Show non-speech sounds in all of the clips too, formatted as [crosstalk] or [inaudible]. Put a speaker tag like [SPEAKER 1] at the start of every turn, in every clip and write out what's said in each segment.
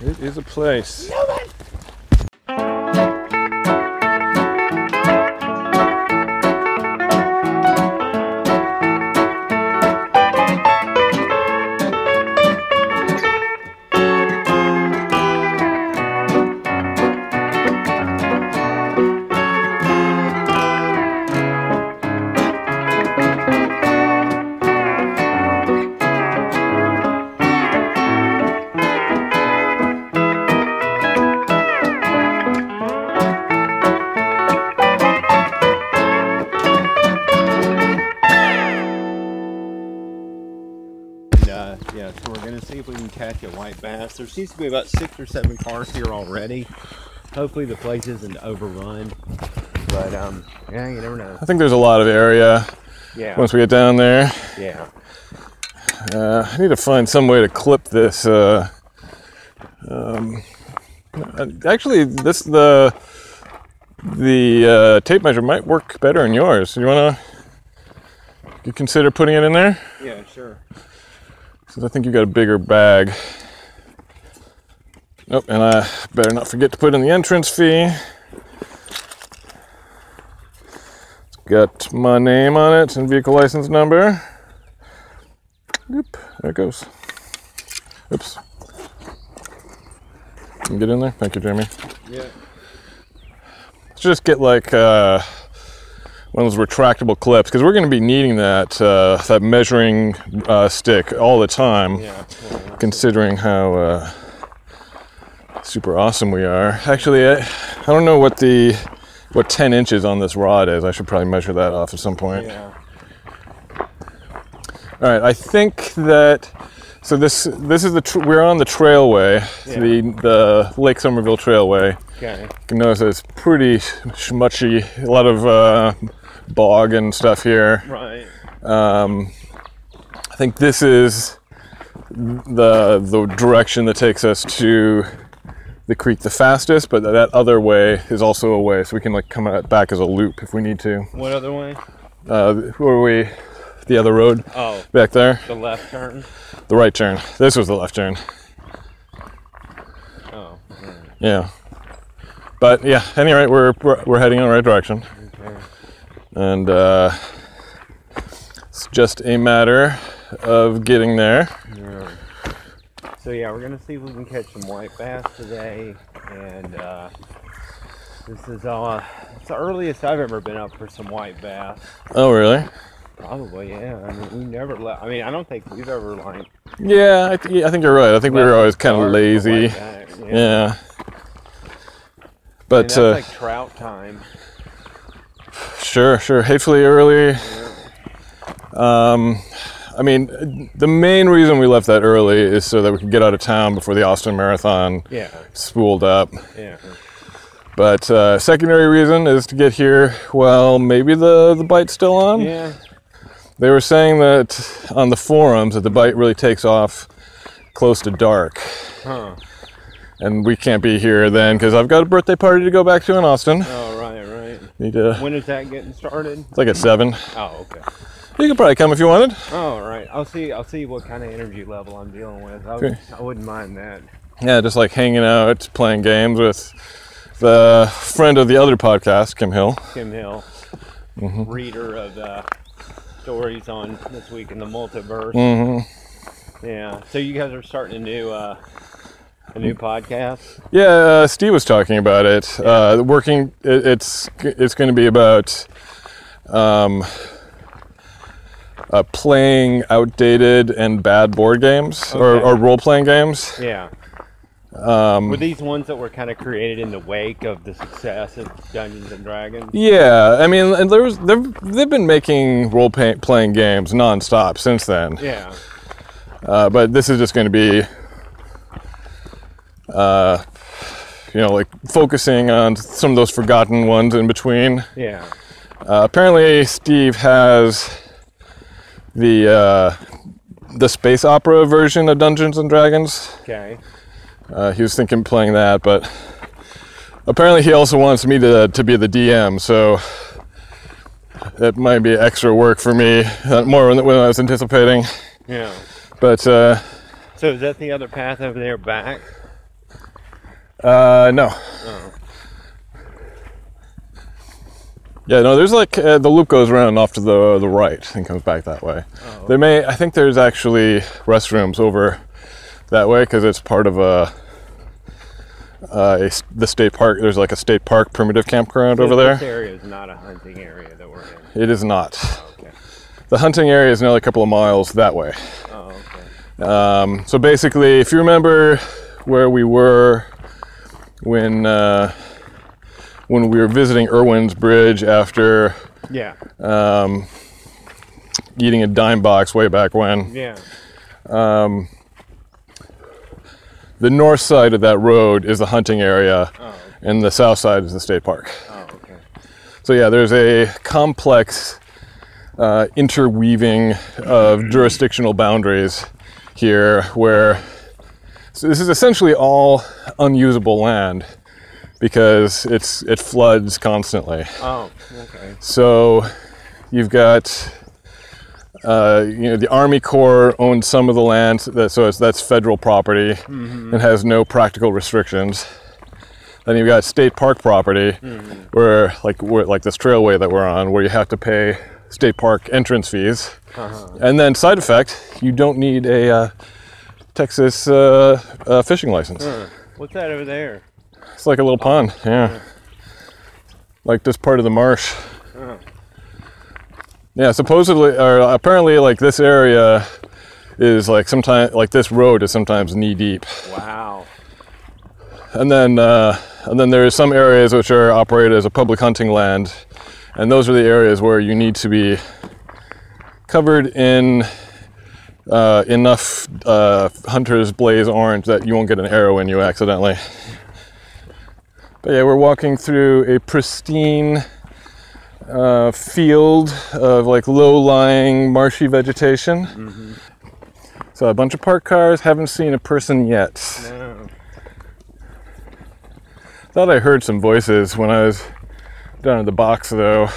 [SPEAKER 1] It is a place.
[SPEAKER 2] And, uh, yeah, so we're gonna see if we can catch a white bass. There seems to be about six or seven cars here already. Hopefully the place isn't overrun, but um, yeah, you never know.
[SPEAKER 1] I think there's a lot of area
[SPEAKER 2] Yeah,
[SPEAKER 1] once we get down there.
[SPEAKER 2] yeah.
[SPEAKER 1] Uh, I need to find some way to clip this. Uh, um, uh, actually, this the the uh, tape measure might work better in yours. You wanna you consider putting it in there?
[SPEAKER 2] Yeah, sure.
[SPEAKER 1] Because I think you got a bigger bag. Nope, and I better not forget to put in the entrance fee. It's got my name on it and vehicle license number. Yep, there it goes. Oops. Can you get in there? Thank you, Jamie.
[SPEAKER 2] Yeah.
[SPEAKER 1] Let's just get like uh, one of those retractable clips because we're going to be needing that uh, that measuring uh, stick all the time
[SPEAKER 2] Yeah.
[SPEAKER 1] considering how uh, super awesome we are. Actually, I, I don't know what the what 10 inches on this rod is. I should probably measure that off at some point.
[SPEAKER 2] Yeah.
[SPEAKER 1] All right, I think that so this this is the tr- we're on the trailway,
[SPEAKER 2] Yeah.
[SPEAKER 1] the the Lake Somerville Trailway.
[SPEAKER 2] Okay.
[SPEAKER 1] You can notice it's pretty schmutzy, a lot of uh, bog and stuff here.
[SPEAKER 2] Right.
[SPEAKER 1] I think this is the the direction that takes us to the creek the fastest, but that other way is also a way, so we can like come out back as a loop if we need to.
[SPEAKER 2] What other way?
[SPEAKER 1] Uh, who are we? The other road
[SPEAKER 2] Oh,
[SPEAKER 1] back there.
[SPEAKER 2] the left turn.
[SPEAKER 1] The right turn. This was the left turn.
[SPEAKER 2] Oh.
[SPEAKER 1] Yeah. But yeah. Anyway, we're we're, we're heading in the right direction,
[SPEAKER 2] Okay.
[SPEAKER 1] and uh, it's just a matter of getting there.
[SPEAKER 2] Yeah. So yeah, we're gonna see if we can catch some white bass today, and uh, this is uh, it's the earliest I've ever been up for some white bass.
[SPEAKER 1] Oh, really?
[SPEAKER 2] Probably, yeah. I mean, we never left. I mean, I don't think we've ever like.
[SPEAKER 1] Yeah. I, th- yeah, I think you're right. I think we were always kind of lazy.
[SPEAKER 2] Yeah, yeah.
[SPEAKER 1] Yeah.
[SPEAKER 2] And
[SPEAKER 1] But
[SPEAKER 2] that's
[SPEAKER 1] uh,
[SPEAKER 2] like trout time.
[SPEAKER 1] sure, sure. Hatefully early. Um, I mean, the main reason we left that early is so that we could get out of town before the Austin Marathon
[SPEAKER 2] Yeah,
[SPEAKER 1] spooled up.
[SPEAKER 2] yeah,
[SPEAKER 1] But uh, secondary reason is to get here. Well, maybe the the bite's still on.
[SPEAKER 2] yeah.
[SPEAKER 1] They were saying that on the forums that the bite really takes off close to dark,
[SPEAKER 2] Huh.
[SPEAKER 1] and we can't be here then because I've got a birthday party to go back to in Austin.
[SPEAKER 2] Oh, right, right.
[SPEAKER 1] Need to.
[SPEAKER 2] When is that getting started?
[SPEAKER 1] It's like at seven.
[SPEAKER 2] Oh, okay.
[SPEAKER 1] You could probably come if you wanted.
[SPEAKER 2] All right. I'll see. I'll see what kind of energy level I'm dealing with. I, would, I wouldn't mind that.
[SPEAKER 1] Yeah, just like hanging out, playing games with the friend of the other podcast, Kim Hill.
[SPEAKER 2] Kim Hill,
[SPEAKER 1] Mm-hmm.
[SPEAKER 2] reader of uh, stories on this week in the multiverse.
[SPEAKER 1] Mm-hmm.
[SPEAKER 2] Yeah. So you guys are starting a new uh, a new
[SPEAKER 1] Mm.
[SPEAKER 2] podcast.
[SPEAKER 1] Yeah, uh, Steve was talking about it. Uh, working, it, it's it's going to be about um, uh, playing outdated and bad board games or,
[SPEAKER 2] Okay.
[SPEAKER 1] or role playing games.
[SPEAKER 2] Yeah.
[SPEAKER 1] Um,
[SPEAKER 2] were these ones that were kind of created in the wake of the success of Dungeons and Dragons?
[SPEAKER 1] Yeah, I mean, and there was they've, they've been making role pay, playing games nonstop since then.
[SPEAKER 2] Yeah.
[SPEAKER 1] Uh, but this is just going to be, uh, you know, like focusing on some of those forgotten ones in between.
[SPEAKER 2] Yeah.
[SPEAKER 1] Uh, apparently, Steve has the uh, the space opera version of Dungeons and Dragons.
[SPEAKER 2] Okay.
[SPEAKER 1] Uh, he was thinking playing that, but apparently he also wants me to to be the DM. So that might be extra work for me, uh, more than what I was anticipating.
[SPEAKER 2] Yeah.
[SPEAKER 1] But uh,
[SPEAKER 2] So is that the other path over there back?
[SPEAKER 1] Uh, no.
[SPEAKER 3] Oh.
[SPEAKER 1] Yeah, no. There's like uh, the loop goes around off to the the right and comes back that way.
[SPEAKER 3] Oh,
[SPEAKER 1] They may. I think there's actually restrooms over that way because it's part of a. Uh, a s the state park. There's like a state park primitive campground over
[SPEAKER 3] This
[SPEAKER 1] there.
[SPEAKER 3] area is not a hunting area that we're in.
[SPEAKER 1] It is not.
[SPEAKER 3] Okay.
[SPEAKER 1] The hunting area is another couple of miles that way.
[SPEAKER 3] Oh, okay.
[SPEAKER 1] Um, so basically, if you remember where we were when uh, when we were visiting Irwin's Bridge after
[SPEAKER 3] Yeah.
[SPEAKER 1] eating a dime box way back when,
[SPEAKER 3] Yeah.
[SPEAKER 1] the north side of that road is the hunting area,
[SPEAKER 3] Oh.
[SPEAKER 1] and the south side is the state park.
[SPEAKER 3] Oh, okay.
[SPEAKER 1] So yeah, there's a complex uh, interweaving of jurisdictional boundaries here, where so this is essentially all unusable land because it's it floods constantly.
[SPEAKER 3] Oh, okay.
[SPEAKER 1] So you've got uh, you know the Army Corps owns some of the land, so that, so it's, that's federal property and has no practical restrictions. Then you've got state park property, where like where, like this trailway that we're on, where you have to pay state park entrance fees. And then side effect, you don't need a uh, Texas uh, uh, fishing license.
[SPEAKER 3] What's that over there?
[SPEAKER 1] It's like a little pond, yeah. Like this part of the marsh. Yeah, supposedly or apparently like this area is like sometimes like this road is sometimes knee deep.
[SPEAKER 3] Wow.
[SPEAKER 1] And then uh, and then there are some areas which are operated as a public hunting land. And those are the areas where you need to be covered in uh, enough uh, hunter's blaze orange that you won't get an arrow in you accidentally. But yeah, we're walking through a pristine uh, field of like low-lying marshy vegetation. So a bunch of parked cars. Haven't seen a person yet.
[SPEAKER 3] Oh.
[SPEAKER 1] Thought I heard some voices when I was down at the box though.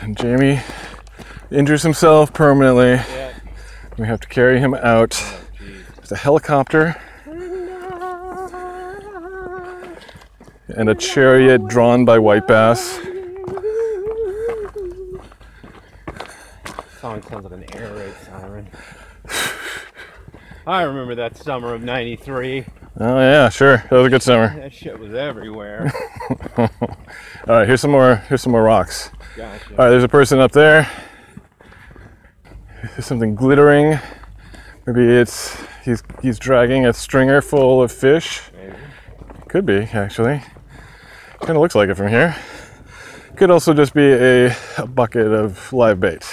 [SPEAKER 1] And Jamie injures himself permanently.
[SPEAKER 3] Yeah. Oh,
[SPEAKER 1] We have to carry him out.
[SPEAKER 3] Jeez.
[SPEAKER 1] There's a helicopter
[SPEAKER 3] Oh.
[SPEAKER 1] and a chariot drawn by white bass.
[SPEAKER 3] Song sounds like an air raid siren. I remember that summer of '93.
[SPEAKER 1] Oh yeah, sure. That was a good summer.
[SPEAKER 3] That shit was
[SPEAKER 1] [laughs]
[SPEAKER 3] everywhere.
[SPEAKER 1] All right, here's some more. Here's some more rocks.
[SPEAKER 3] Gotcha.
[SPEAKER 1] All right, there's a person up there. There's something glittering. Maybe it's he's he's dragging a stringer full of fish.
[SPEAKER 3] Maybe.
[SPEAKER 1] Could be actually. Kind of looks like it from here. Could also just be a, a bucket of live bait.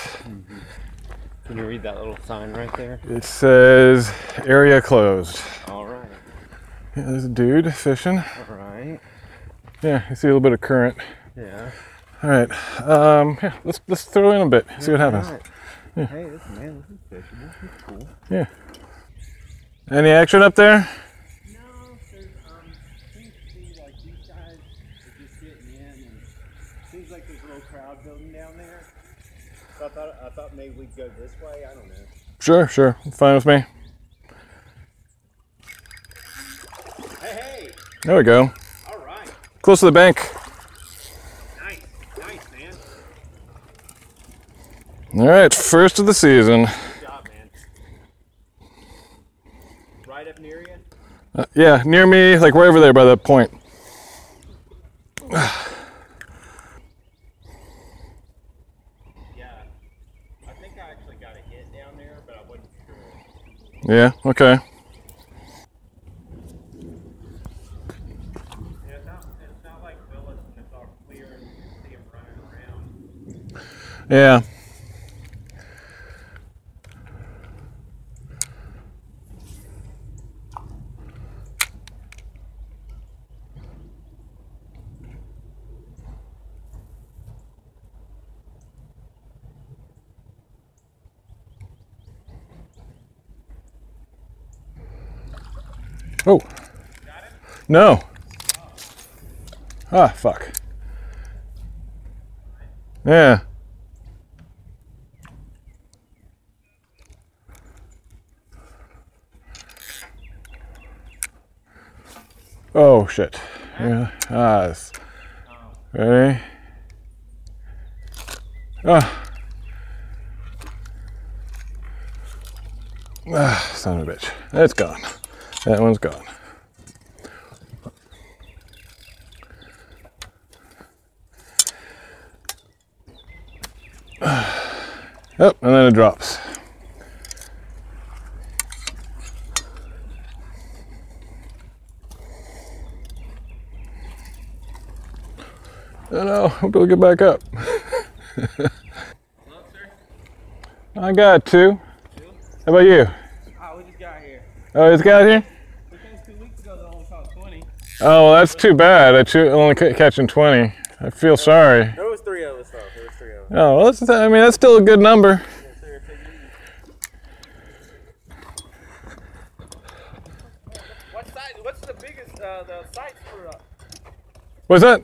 [SPEAKER 3] Can you read that little sign right there?
[SPEAKER 1] It says area closed.
[SPEAKER 3] All right.
[SPEAKER 1] Yeah, there's a dude fishing.
[SPEAKER 3] All right.
[SPEAKER 1] Yeah, you see a little bit of current.
[SPEAKER 3] Yeah.
[SPEAKER 1] All right, um, yeah, let's let's throw in a bit. See what happens.
[SPEAKER 3] Alright. Hey, this man, this is fishable. This is cool.
[SPEAKER 1] Yeah. Any action up there?
[SPEAKER 2] No, there's um seems to be like these guys are just getting in and seems like there's a little crowd building down there.
[SPEAKER 3] So I thought I thought maybe we'd go this way. I don't know.
[SPEAKER 1] Sure, sure. Fine with me.
[SPEAKER 2] Hey hey!
[SPEAKER 1] There we go.
[SPEAKER 2] Alright.
[SPEAKER 1] Close to the bank.
[SPEAKER 2] Nice, nice man.
[SPEAKER 1] All right, first of the season.
[SPEAKER 2] Good job, man.
[SPEAKER 3] Right up near you.
[SPEAKER 1] Yeah, near me, like right over there by that point.
[SPEAKER 3] Yeah. I think I actually got a hit down there, but I wasn't sure.
[SPEAKER 1] Yeah, okay.
[SPEAKER 3] Yeah, it's not, it's not like Willis and it's all clear and you can see him running around.
[SPEAKER 1] Yeah. Oh. No. Ah, fuck. Yeah. Oh shit. Yeah. Ah, it's- ready? Ah. Ah, son of a bitch. It's gone. That one's gone. Oh, and then it drops. I don't know. Hope it'll get back up.
[SPEAKER 2] Hello, sir.
[SPEAKER 1] I got two. How about you?
[SPEAKER 2] Oh, we just got here.
[SPEAKER 1] Oh, it's got here?
[SPEAKER 2] We came two weeks ago, though, we caught 20.
[SPEAKER 1] Oh, well, that's too bad. I choo- only ca- catching 20. I feel sorry.
[SPEAKER 2] There was three of us, though. There was three of us.
[SPEAKER 1] Oh, well, that's, I mean, that's still a good number.
[SPEAKER 2] Yes, sir. Take it easy. What size? What's the biggest uh, the size for? Uh,
[SPEAKER 1] What's that?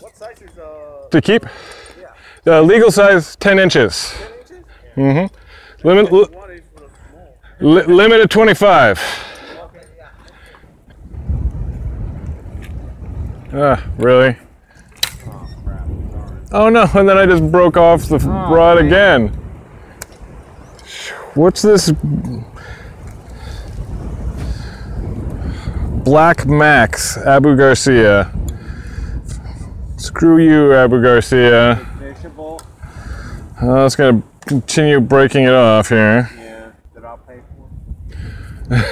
[SPEAKER 2] what size is uh?
[SPEAKER 1] To keep?
[SPEAKER 2] Yeah,
[SPEAKER 1] The legal size, 10 inches.
[SPEAKER 2] ten inches.
[SPEAKER 1] Limit, li-
[SPEAKER 2] One is for the small.
[SPEAKER 1] li- limit of 25.
[SPEAKER 2] Okay, yeah.
[SPEAKER 1] Ah, really?
[SPEAKER 3] Oh, crap. Darn.
[SPEAKER 1] Oh no, and then I just broke off the f rod again. What's this Black Max Abu Garcia? Screw you, Abu Garcia.
[SPEAKER 3] Fishable.
[SPEAKER 1] I was gonna Uh, continue breaking it off here.
[SPEAKER 3] Yeah, that I'll pay
[SPEAKER 2] [laughs]
[SPEAKER 3] for. I've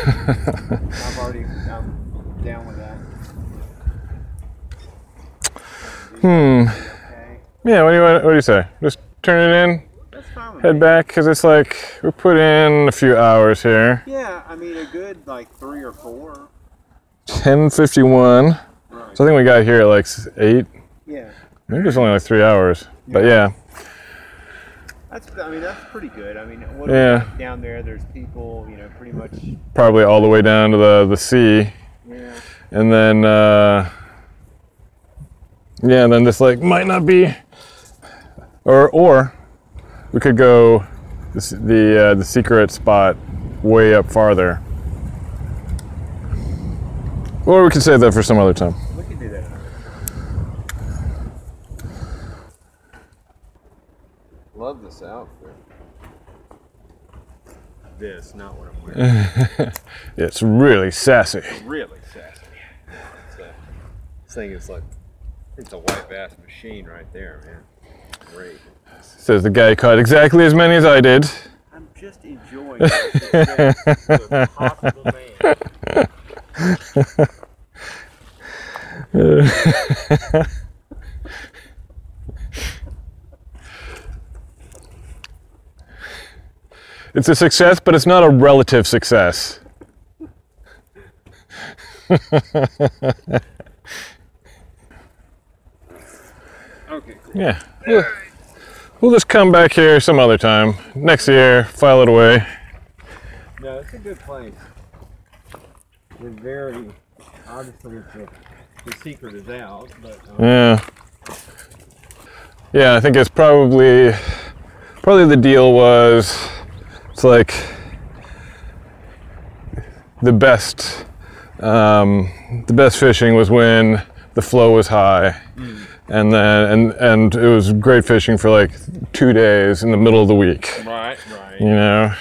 [SPEAKER 3] already, I'm down with that.
[SPEAKER 1] Hmm.
[SPEAKER 3] Okay.
[SPEAKER 1] Yeah. What do you want- What do you say? Just turn it in,
[SPEAKER 3] That's fine with
[SPEAKER 1] head
[SPEAKER 3] me.
[SPEAKER 1] back, cause it's like we put in a few hours here.
[SPEAKER 3] Yeah, I mean, a good like three or four.
[SPEAKER 1] 10:51.
[SPEAKER 3] Right.
[SPEAKER 1] So I think we got here at like s- eight.
[SPEAKER 3] Yeah.
[SPEAKER 1] I think it's only like three hours. But yeah,
[SPEAKER 3] That's, I mean, that's pretty good. I mean, what
[SPEAKER 1] yeah,
[SPEAKER 3] down there, there's people, you know, pretty much.
[SPEAKER 1] probably all the way down to the, the sea.
[SPEAKER 3] Yeah.
[SPEAKER 1] And then, uh, yeah, and then this like might not be, or, or we could go this, the, uh, the secret spot way up farther. Or we could save that for some other time.
[SPEAKER 3] We can do that. another time. Love this outfit. This, not what I'm wearing.
[SPEAKER 1] [laughs] It's really sassy.
[SPEAKER 3] really sassy. It's a- This thing is like, it's a white bass machine right there, man. Great.
[SPEAKER 1] Says the guy caught exactly as many as I did.
[SPEAKER 3] I'm just enjoying the possible man.
[SPEAKER 1] It's a success, but it's not a relative success.
[SPEAKER 3] Okay, cool.
[SPEAKER 1] Yeah. We'll, we'll just come back here some other time. Next year, file it away.
[SPEAKER 3] No, it's a good place. We're very, obviously, it's a, the secret is out, but um,
[SPEAKER 1] Yeah. Yeah, I think it's probably probably the deal was it's like the best um, the best fishing was when the flow was high. And then and and it was great fishing for like 2 days in the middle of the week.
[SPEAKER 3] right, right.
[SPEAKER 1] you know.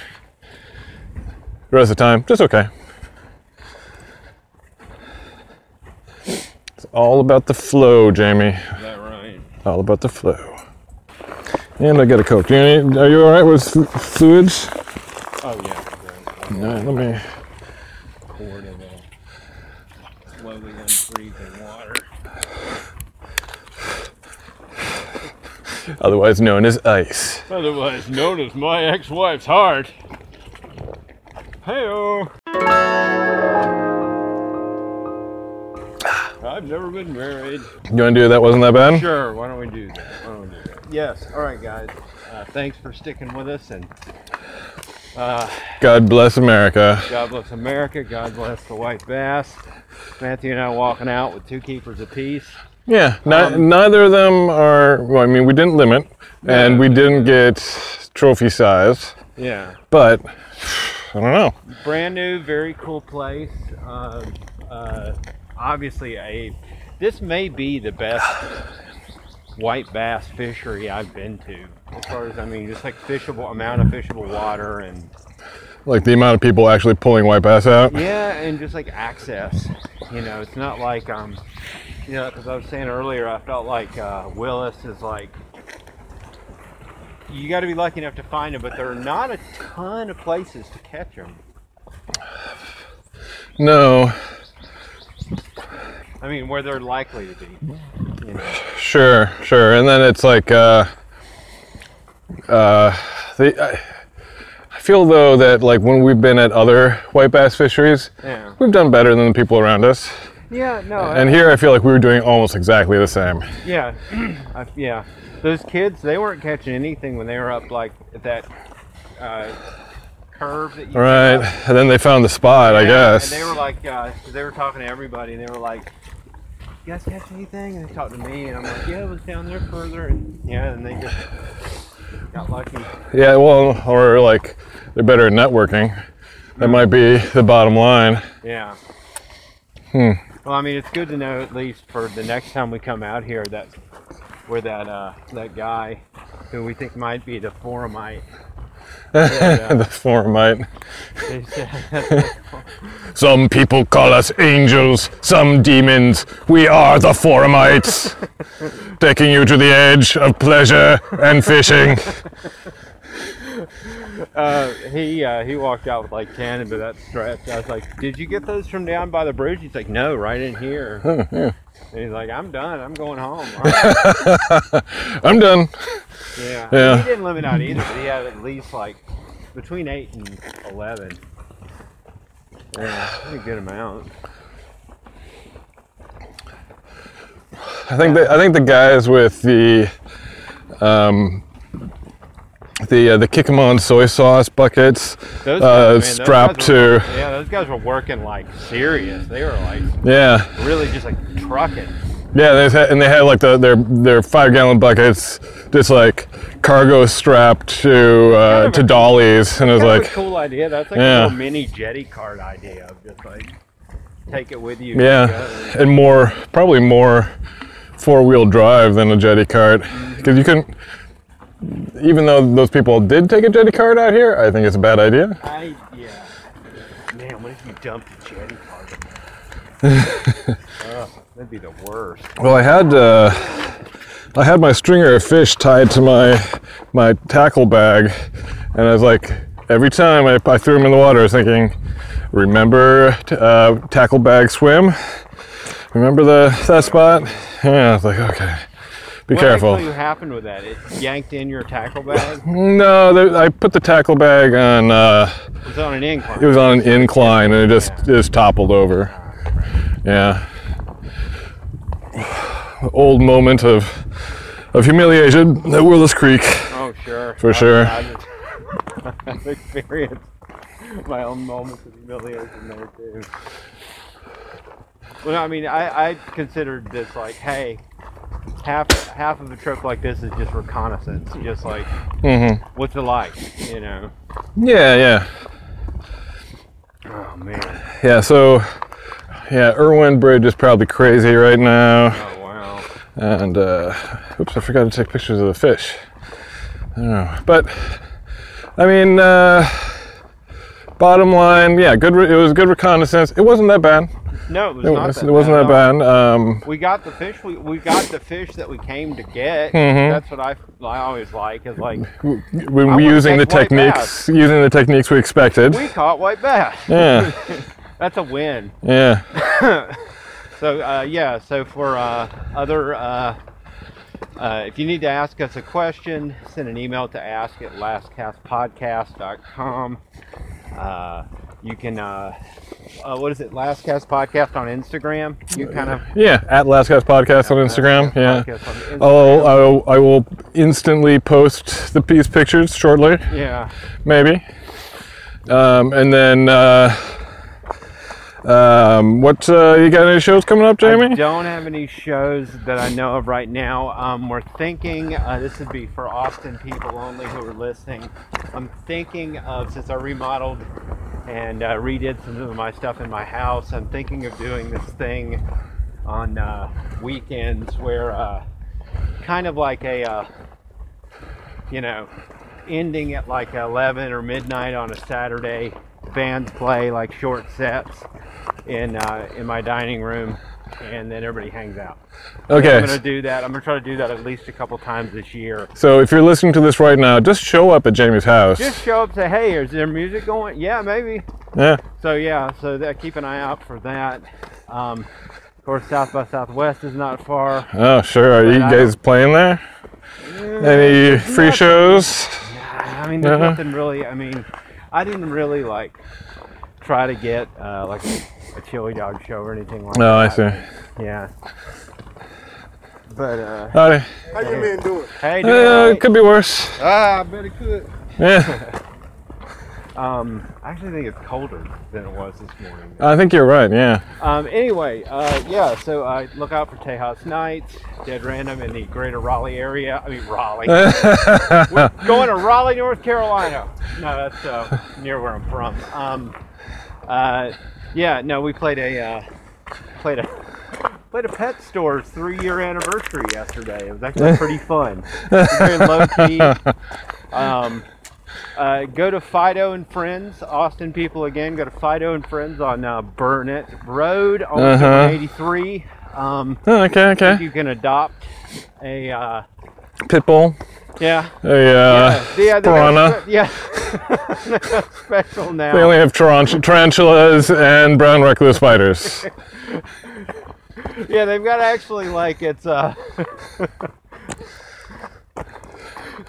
[SPEAKER 1] The rest of the time, just okay. It's all about the flow, Jamie.
[SPEAKER 3] Is that right?
[SPEAKER 1] All about the flow. And I got a coke. Do you need, are you all right with flu- fluids?
[SPEAKER 3] Oh yeah.
[SPEAKER 1] All right, let me.
[SPEAKER 3] Poured in there. Slowly unfreezing water.
[SPEAKER 1] Otherwise known as ice.
[SPEAKER 3] Otherwise known as my ex-wife's heart. Heyo. I've never been married.
[SPEAKER 1] You want to do that? Wasn't that bad?
[SPEAKER 3] Sure, why don't we do that? Why don't we do that? Yes, all right, guys. Uh, thanks for sticking with us, and uh,
[SPEAKER 1] God bless America.
[SPEAKER 3] God bless America. God bless the white bass. Matthew and I walking out with two keepers apiece.
[SPEAKER 1] Yeah, ni- neither of them are. Well, I mean, we didn't limit, and we didn't get trophy size,
[SPEAKER 3] Yeah,
[SPEAKER 1] but I don't know.
[SPEAKER 3] brand new, very cool place. Um uh, obviously a this may be the best white bass fishery I've been to. As far as I mean, just like fishable amount of fishable water and
[SPEAKER 1] Like the amount of people actually pulling white bass out.
[SPEAKER 3] yeah, and just like access. You know, it's not like um, you know, because I was saying earlier, I felt like uh, Willis is like you got to be lucky enough to find them, but there are not a ton of places to catch them.
[SPEAKER 1] No,
[SPEAKER 3] I mean, where they're likely to be.
[SPEAKER 1] sure, sure. And then it's like, uh, uh, the, I, I feel though that like when we've been at other white bass fisheries,
[SPEAKER 3] Yeah.
[SPEAKER 1] we've done better than the people around us.
[SPEAKER 3] Yeah. No.
[SPEAKER 1] And here I feel like we were doing almost exactly the same.
[SPEAKER 3] Yeah, [clears throat] I, yeah. Those kids, they weren't catching anything when they were up like at that uh, curve that you.
[SPEAKER 1] Right. And then they found the spot, I guess.
[SPEAKER 3] And they were like, uh 'cause they were talking to everybody, and they were like, "You guys catch anything?" And they talked to me, and I'm like, "Yeah, it was down there further." And yeah, and they just got lucky.
[SPEAKER 1] Yeah, well, or like they're better at networking. That might be the bottom line.
[SPEAKER 3] Yeah.
[SPEAKER 1] Hmm.
[SPEAKER 3] Well, I mean, it's good to know at least for the next time we come out here that where that uh, that guy who we think might be the forumite.
[SPEAKER 1] [laughs]
[SPEAKER 3] Yeah.
[SPEAKER 1] the
[SPEAKER 3] [laughs]
[SPEAKER 1] formite.
[SPEAKER 3] is, uh,
[SPEAKER 1] Some people call us angels, some demons. We are the
[SPEAKER 3] [laughs]
[SPEAKER 1] formites, taking you to the edge of pleasure and fishing.
[SPEAKER 3] Uh, he uh, he walked out with like ten, but that stretch. I was like, "Did you get those from down by the bridge?" He's like, "No, right in here." And he's like, "I'm done. I'm going home." [laughs] All right.
[SPEAKER 1] I'm done.
[SPEAKER 3] yeah.
[SPEAKER 1] Yeah.
[SPEAKER 3] He didn't limit out either, but he had at least like between eight and eleven. Yeah, that's a good amount.
[SPEAKER 1] I think the, I think the guys with the um, the uh, the kick 'em on soy sauce buckets. Uh,
[SPEAKER 3] Those guys, man, those
[SPEAKER 1] strapped
[SPEAKER 3] guys were-
[SPEAKER 1] to-
[SPEAKER 3] Yeah, those guys were working like serious. They were like
[SPEAKER 1] Yeah,
[SPEAKER 3] really just like trucking.
[SPEAKER 1] Yeah, they had, and they had like the, their their five gallon buckets, just like cargo strapped to uh,
[SPEAKER 3] of
[SPEAKER 1] to
[SPEAKER 3] a-
[SPEAKER 1] dollies, and it was
[SPEAKER 3] Kind of
[SPEAKER 1] like,
[SPEAKER 3] a cool idea. That's like
[SPEAKER 1] Yeah.
[SPEAKER 3] a little mini jetty cart idea of just like take it with you.
[SPEAKER 1] yeah, and more probably more four wheel drive than a jetty cart, because you couldn't. Even though those people did take a jetty cart out here, I think it's a bad idea.
[SPEAKER 3] I yeah. Man, what if you dumped the jetty part
[SPEAKER 1] [laughs]
[SPEAKER 3] of that? Ugh, that'd be the worst.
[SPEAKER 1] Well, I had uh, I had my stringer of fish tied to my my tackle bag, and I was like, every time I, I threw them in the water, I was thinking, remember t- uh, tackle bag swim? Remember the that spot? Yeah, I was like, okay, be
[SPEAKER 3] what
[SPEAKER 1] careful.
[SPEAKER 3] actually happened with that? It yanked in your tackle bag.
[SPEAKER 1] No, there, I put the tackle bag on. Uh,
[SPEAKER 3] It was on an incline.
[SPEAKER 1] it was on an incline, and it just just toppled over. Yeah. [sighs] Old moment of of humiliation at Willis Creek.
[SPEAKER 3] oh sure.
[SPEAKER 1] For sure.
[SPEAKER 3] I've, [laughs] I've experienced my own moments of humiliation there too. Well, I mean, I, I considered this like, hey, half half of a trip like this is just reconnaissance, just like
[SPEAKER 1] Mm-hmm.
[SPEAKER 3] what's it like, you know?
[SPEAKER 1] Yeah, yeah,
[SPEAKER 3] Oh man.
[SPEAKER 1] yeah. So, yeah, Irwin Bridge is probably crazy right now,
[SPEAKER 3] Oh wow.
[SPEAKER 1] and uh, oops, I forgot to take pictures of the fish. I don't know, but I mean, uh, bottom line, yeah, good. Re- it was good reconnaissance. It wasn't that bad.
[SPEAKER 3] No, it was
[SPEAKER 1] It,
[SPEAKER 3] not.
[SPEAKER 1] was, it wasn't that
[SPEAKER 3] at all.
[SPEAKER 1] bad. Um,
[SPEAKER 3] We got the fish. We, we got the fish that we came to get.
[SPEAKER 1] Mhm.
[SPEAKER 3] That's what I, I always like. Is like
[SPEAKER 1] um, we
[SPEAKER 3] I
[SPEAKER 1] were
[SPEAKER 3] wanna
[SPEAKER 1] using the
[SPEAKER 3] catch white
[SPEAKER 1] techniques,
[SPEAKER 3] bass.
[SPEAKER 1] using the techniques we expected.
[SPEAKER 3] we caught white bass.
[SPEAKER 1] Yeah,
[SPEAKER 3] That's a win.
[SPEAKER 1] yeah.
[SPEAKER 3] So uh, yeah. So for uh, other, uh, uh, if you need to ask us a question, send an email to ask at lastcastpodcast.com. Uh, you can. Uh, uh, what is it? Lastcast Podcast on Instagram. You kind of
[SPEAKER 1] Yeah, at Last Guys Podcast on Instagram. Yeah. Oh.
[SPEAKER 3] Podcast on Instagram.
[SPEAKER 1] I'll, I'll, I will instantly post the these pictures shortly,
[SPEAKER 3] yeah.
[SPEAKER 1] maybe. Um, and then, uh, um, what uh, you got any shows coming up,
[SPEAKER 3] I
[SPEAKER 1] Jamie?
[SPEAKER 3] don't have any shows that I know of right now. Um, we're thinking uh, this would be for Austin people only who are listening. I'm thinking of since I remodeled and uh, redid some of my stuff in my house. I'm thinking of doing this thing on uh, weekends where uh, kind of like a, uh, you know, ending at like 11 or midnight on a Saturday, bands play like short sets in uh, in my dining room, and then everybody hangs out.
[SPEAKER 1] Okay.
[SPEAKER 3] I'm gonna do that. I'm gonna try to do that at least a couple times this year.
[SPEAKER 1] So if you're listening to this right now, just show up at Jamie's house.
[SPEAKER 3] Just show up, say, hey, is there music going? Yeah, maybe.
[SPEAKER 1] yeah.
[SPEAKER 3] So yeah, so that, keep an eye out for that. Um, of course, South by Southwest is not far.
[SPEAKER 1] Oh, sure. Are you
[SPEAKER 3] I
[SPEAKER 1] guys playing there? Any free shows?
[SPEAKER 3] I mean, there's
[SPEAKER 1] Uh-huh.
[SPEAKER 3] nothing really. I mean, I didn't really like try to get uh, like a, a chili dog show or anything like
[SPEAKER 1] No, Oh, I
[SPEAKER 3] that.
[SPEAKER 1] see.
[SPEAKER 3] Yeah. But uh,
[SPEAKER 1] All right.
[SPEAKER 4] How you been doing?
[SPEAKER 3] hey, dude,
[SPEAKER 1] Uh, it could be worse.
[SPEAKER 4] Ah, I bet it could.
[SPEAKER 3] [laughs]
[SPEAKER 1] Yeah,
[SPEAKER 3] um, I actually think it's colder than it was this morning.
[SPEAKER 1] I think you're right. Yeah. [laughs]
[SPEAKER 3] Um, anyway, uh, yeah, so uh, look out for Tejas Nights, Dead Random in the greater Raleigh area. I mean,
[SPEAKER 1] [laughs]
[SPEAKER 3] Raleigh.
[SPEAKER 1] Oh,
[SPEAKER 3] We're going to Raleigh, North Carolina. No, that's uh, near where I'm from. Um, uh, yeah, no, we played a uh, played a played a pet store's three year anniversary yesterday. It was actually pretty fun. It was very low key. Um, uh, go to Fido and Friends, Austin people again. Go to Fido and Friends on uh, Burnett Road on
[SPEAKER 1] Uh-huh.
[SPEAKER 3] 183. Um,
[SPEAKER 1] Oh, okay. Okay.
[SPEAKER 3] you can adopt a uh,
[SPEAKER 1] Pitbull.
[SPEAKER 3] yeah
[SPEAKER 1] Hey, uh,
[SPEAKER 3] yeah, [laughs] they got
[SPEAKER 1] piranha.
[SPEAKER 3] spe- yeah. special now.
[SPEAKER 1] They only have tarant- tarantulas and brown recluse
[SPEAKER 3] [laughs]
[SPEAKER 1] spiders.
[SPEAKER 3] Yeah, they've got actually like it's uh [laughs]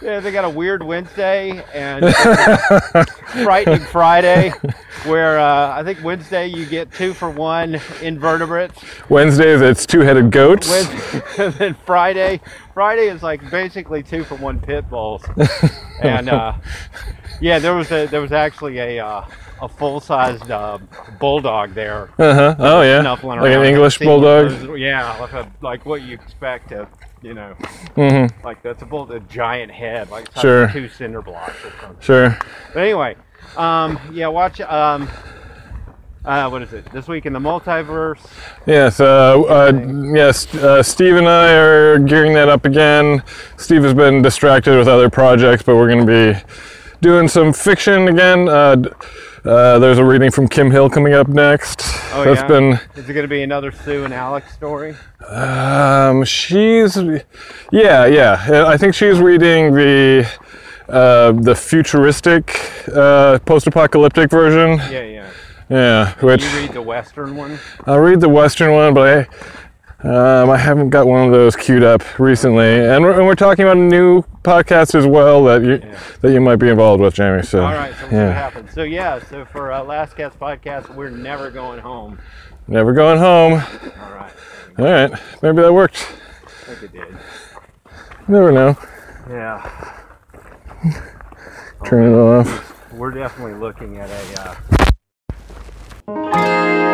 [SPEAKER 3] Yeah, they got a weird Wednesday and [laughs] frightening Friday, where uh, I think Wednesday you get two for one invertebrates,
[SPEAKER 1] Wednesdays, it's two-headed goats.
[SPEAKER 3] Wednesday, [laughs] and then Friday, Friday is like basically two for one pit bulls. and uh, yeah, there was a there was actually a uh, a full sized uh, bulldog there
[SPEAKER 1] Uh-huh. Oh yeah.
[SPEAKER 3] snuffling
[SPEAKER 1] Like
[SPEAKER 3] around.
[SPEAKER 1] an
[SPEAKER 3] I've
[SPEAKER 1] English
[SPEAKER 3] seen one
[SPEAKER 1] bulldog.
[SPEAKER 3] of those- yeah, like, a, like what you expect of, you know,
[SPEAKER 1] Mhm.
[SPEAKER 3] like that's a bull, a giant head, like it's
[SPEAKER 1] Sure.
[SPEAKER 3] like two cinder blocks or something.
[SPEAKER 1] Sure.
[SPEAKER 3] But anyway, um, yeah, watch. Um, uh, what is it? This week in the multiverse.
[SPEAKER 1] Yes, uh, uh, yes. Uh, Steve and I are gearing that up again. Steve has been distracted with other projects, but we're going to be doing some fiction again. Uh, d- uh, there's a reading from Kim Hill coming up next.
[SPEAKER 3] Oh
[SPEAKER 1] That's
[SPEAKER 3] yeah.
[SPEAKER 1] been
[SPEAKER 3] Is it going to be another Sue and Alex story?
[SPEAKER 1] um, she's yeah yeah. I think she's reading the uh, the futuristic uh, post-apocalyptic version.
[SPEAKER 3] Yeah, yeah.
[SPEAKER 1] Yeah, which
[SPEAKER 3] You read the Western one.
[SPEAKER 1] I'll read the Western one, but I, um, I haven't got one of those queued up recently. And we're, and we're talking about a new podcast as well that you
[SPEAKER 3] Yeah.
[SPEAKER 1] that you might be involved with, Jamie. So,
[SPEAKER 3] All right, so we'll see what
[SPEAKER 1] yeah,
[SPEAKER 3] happens. So yeah, so for uh, Last Cast podcast, we're never going home.
[SPEAKER 1] never going home.
[SPEAKER 3] All right,
[SPEAKER 1] All right, maybe that worked.
[SPEAKER 3] I think it did.
[SPEAKER 1] Never know.
[SPEAKER 3] Yeah.
[SPEAKER 1] Turn it off.
[SPEAKER 3] We're definitely looking at a. Uh,